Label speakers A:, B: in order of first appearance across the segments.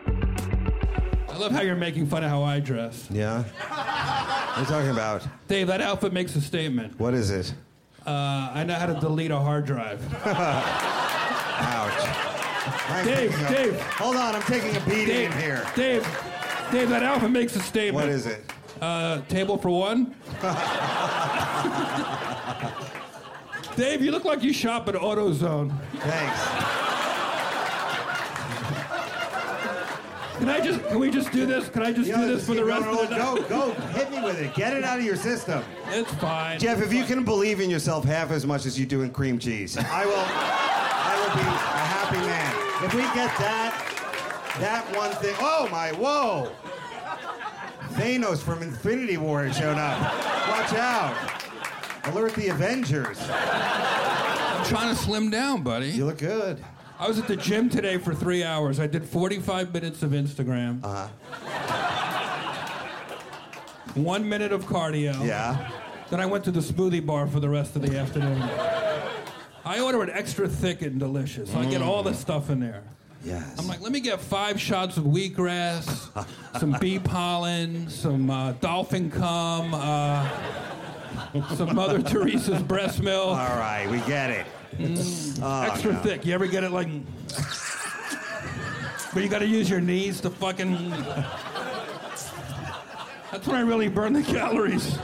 A: I love how you're making fun of how I dress.
B: Yeah. We're talking about
A: Dave, that outfit makes a statement.
B: what is it?
A: Uh, I know how to delete a hard drive.
B: Ouch. I'm
A: Dave,
B: taking a-
A: Dave.
B: Hold on, I'm taking a beating
A: Dave,
B: here.
A: Dave, Dave, that outfit makes a statement.
B: What is it?
A: Uh, table for one. Dave, you look like you shop at AutoZone.
B: Thanks.
A: Can I just? Can we just do this? Can I just do this for the
B: No,
A: rest
B: no,
A: of the
B: no,
A: night?
B: Go, go, hit me with it. Get it out of your system.
A: It's fine.
B: Jeff, if you can believe in yourself half as much as you do in cream cheese, I will, I will be a happy man. If we get that, that one thing. Oh my! Whoa! Thanos from Infinity War had shown up. Watch out! Alert the Avengers.
A: I'm trying to slim down, buddy.
B: You look good.
A: I was at the gym today for three hours. I did 45 minutes of Instagram. Uh-huh. One minute of cardio.
B: Yeah.
A: Then I went to the smoothie bar for the rest of the afternoon. I order it extra thick and delicious. So I get all the stuff in there.
B: Yes.
A: I'm like, let me get five shots of wheatgrass, some bee pollen, some uh, dolphin cum, uh, some Mother Teresa's breast milk,
B: All right, we get it.
A: extra thick. You ever get it like? But you got to use your knees to fucking. That's when I really burn the calories.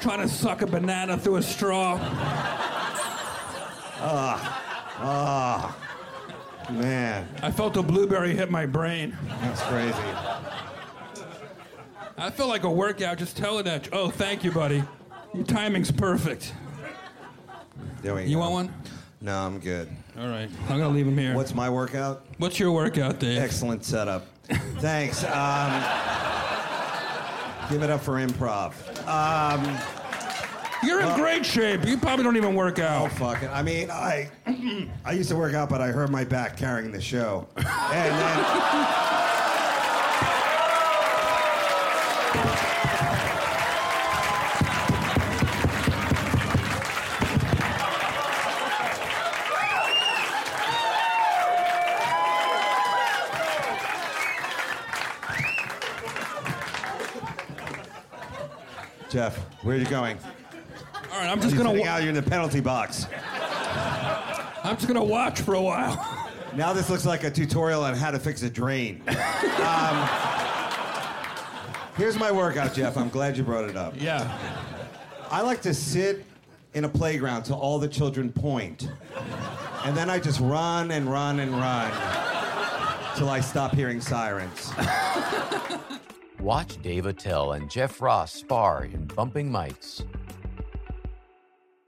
A: Trying to suck a banana through a straw.
B: Ah, man,
A: I felt a blueberry hit my brain.
B: that's crazy.
A: I felt like a workout just telling that. Oh, thank you, buddy. Your timing's perfect.
B: There we
A: You
B: go.
A: want one?
B: No, I'm good.
A: All right. I'm going to leave him here. What's,
B: What's my workout?
A: your workout, Dave?
B: Excellent setup. Thanks. Um, give it up for improv. Um,
A: You're in great shape. You probably don't even work
B: oh
A: out.
B: fuck it. I mean, I I used to work out, but I hurt my back carrying the show, and then Jeff, where are you going?
A: All right, I'm just
B: You're
A: going
B: sitting
A: to
B: out. You're in the penalty box.
A: I'm just going to watch for a while.
B: Now this looks like a tutorial on how to fix a drain. um, here's my workout, Jeff. I'm glad you brought it up.
A: yeah.
B: I like to sit in a playground till all the children point, and then I just run and run and run till I stop hearing sirens.
C: Watch Dave Attell and Jeff Ross spar in Bumping Mics,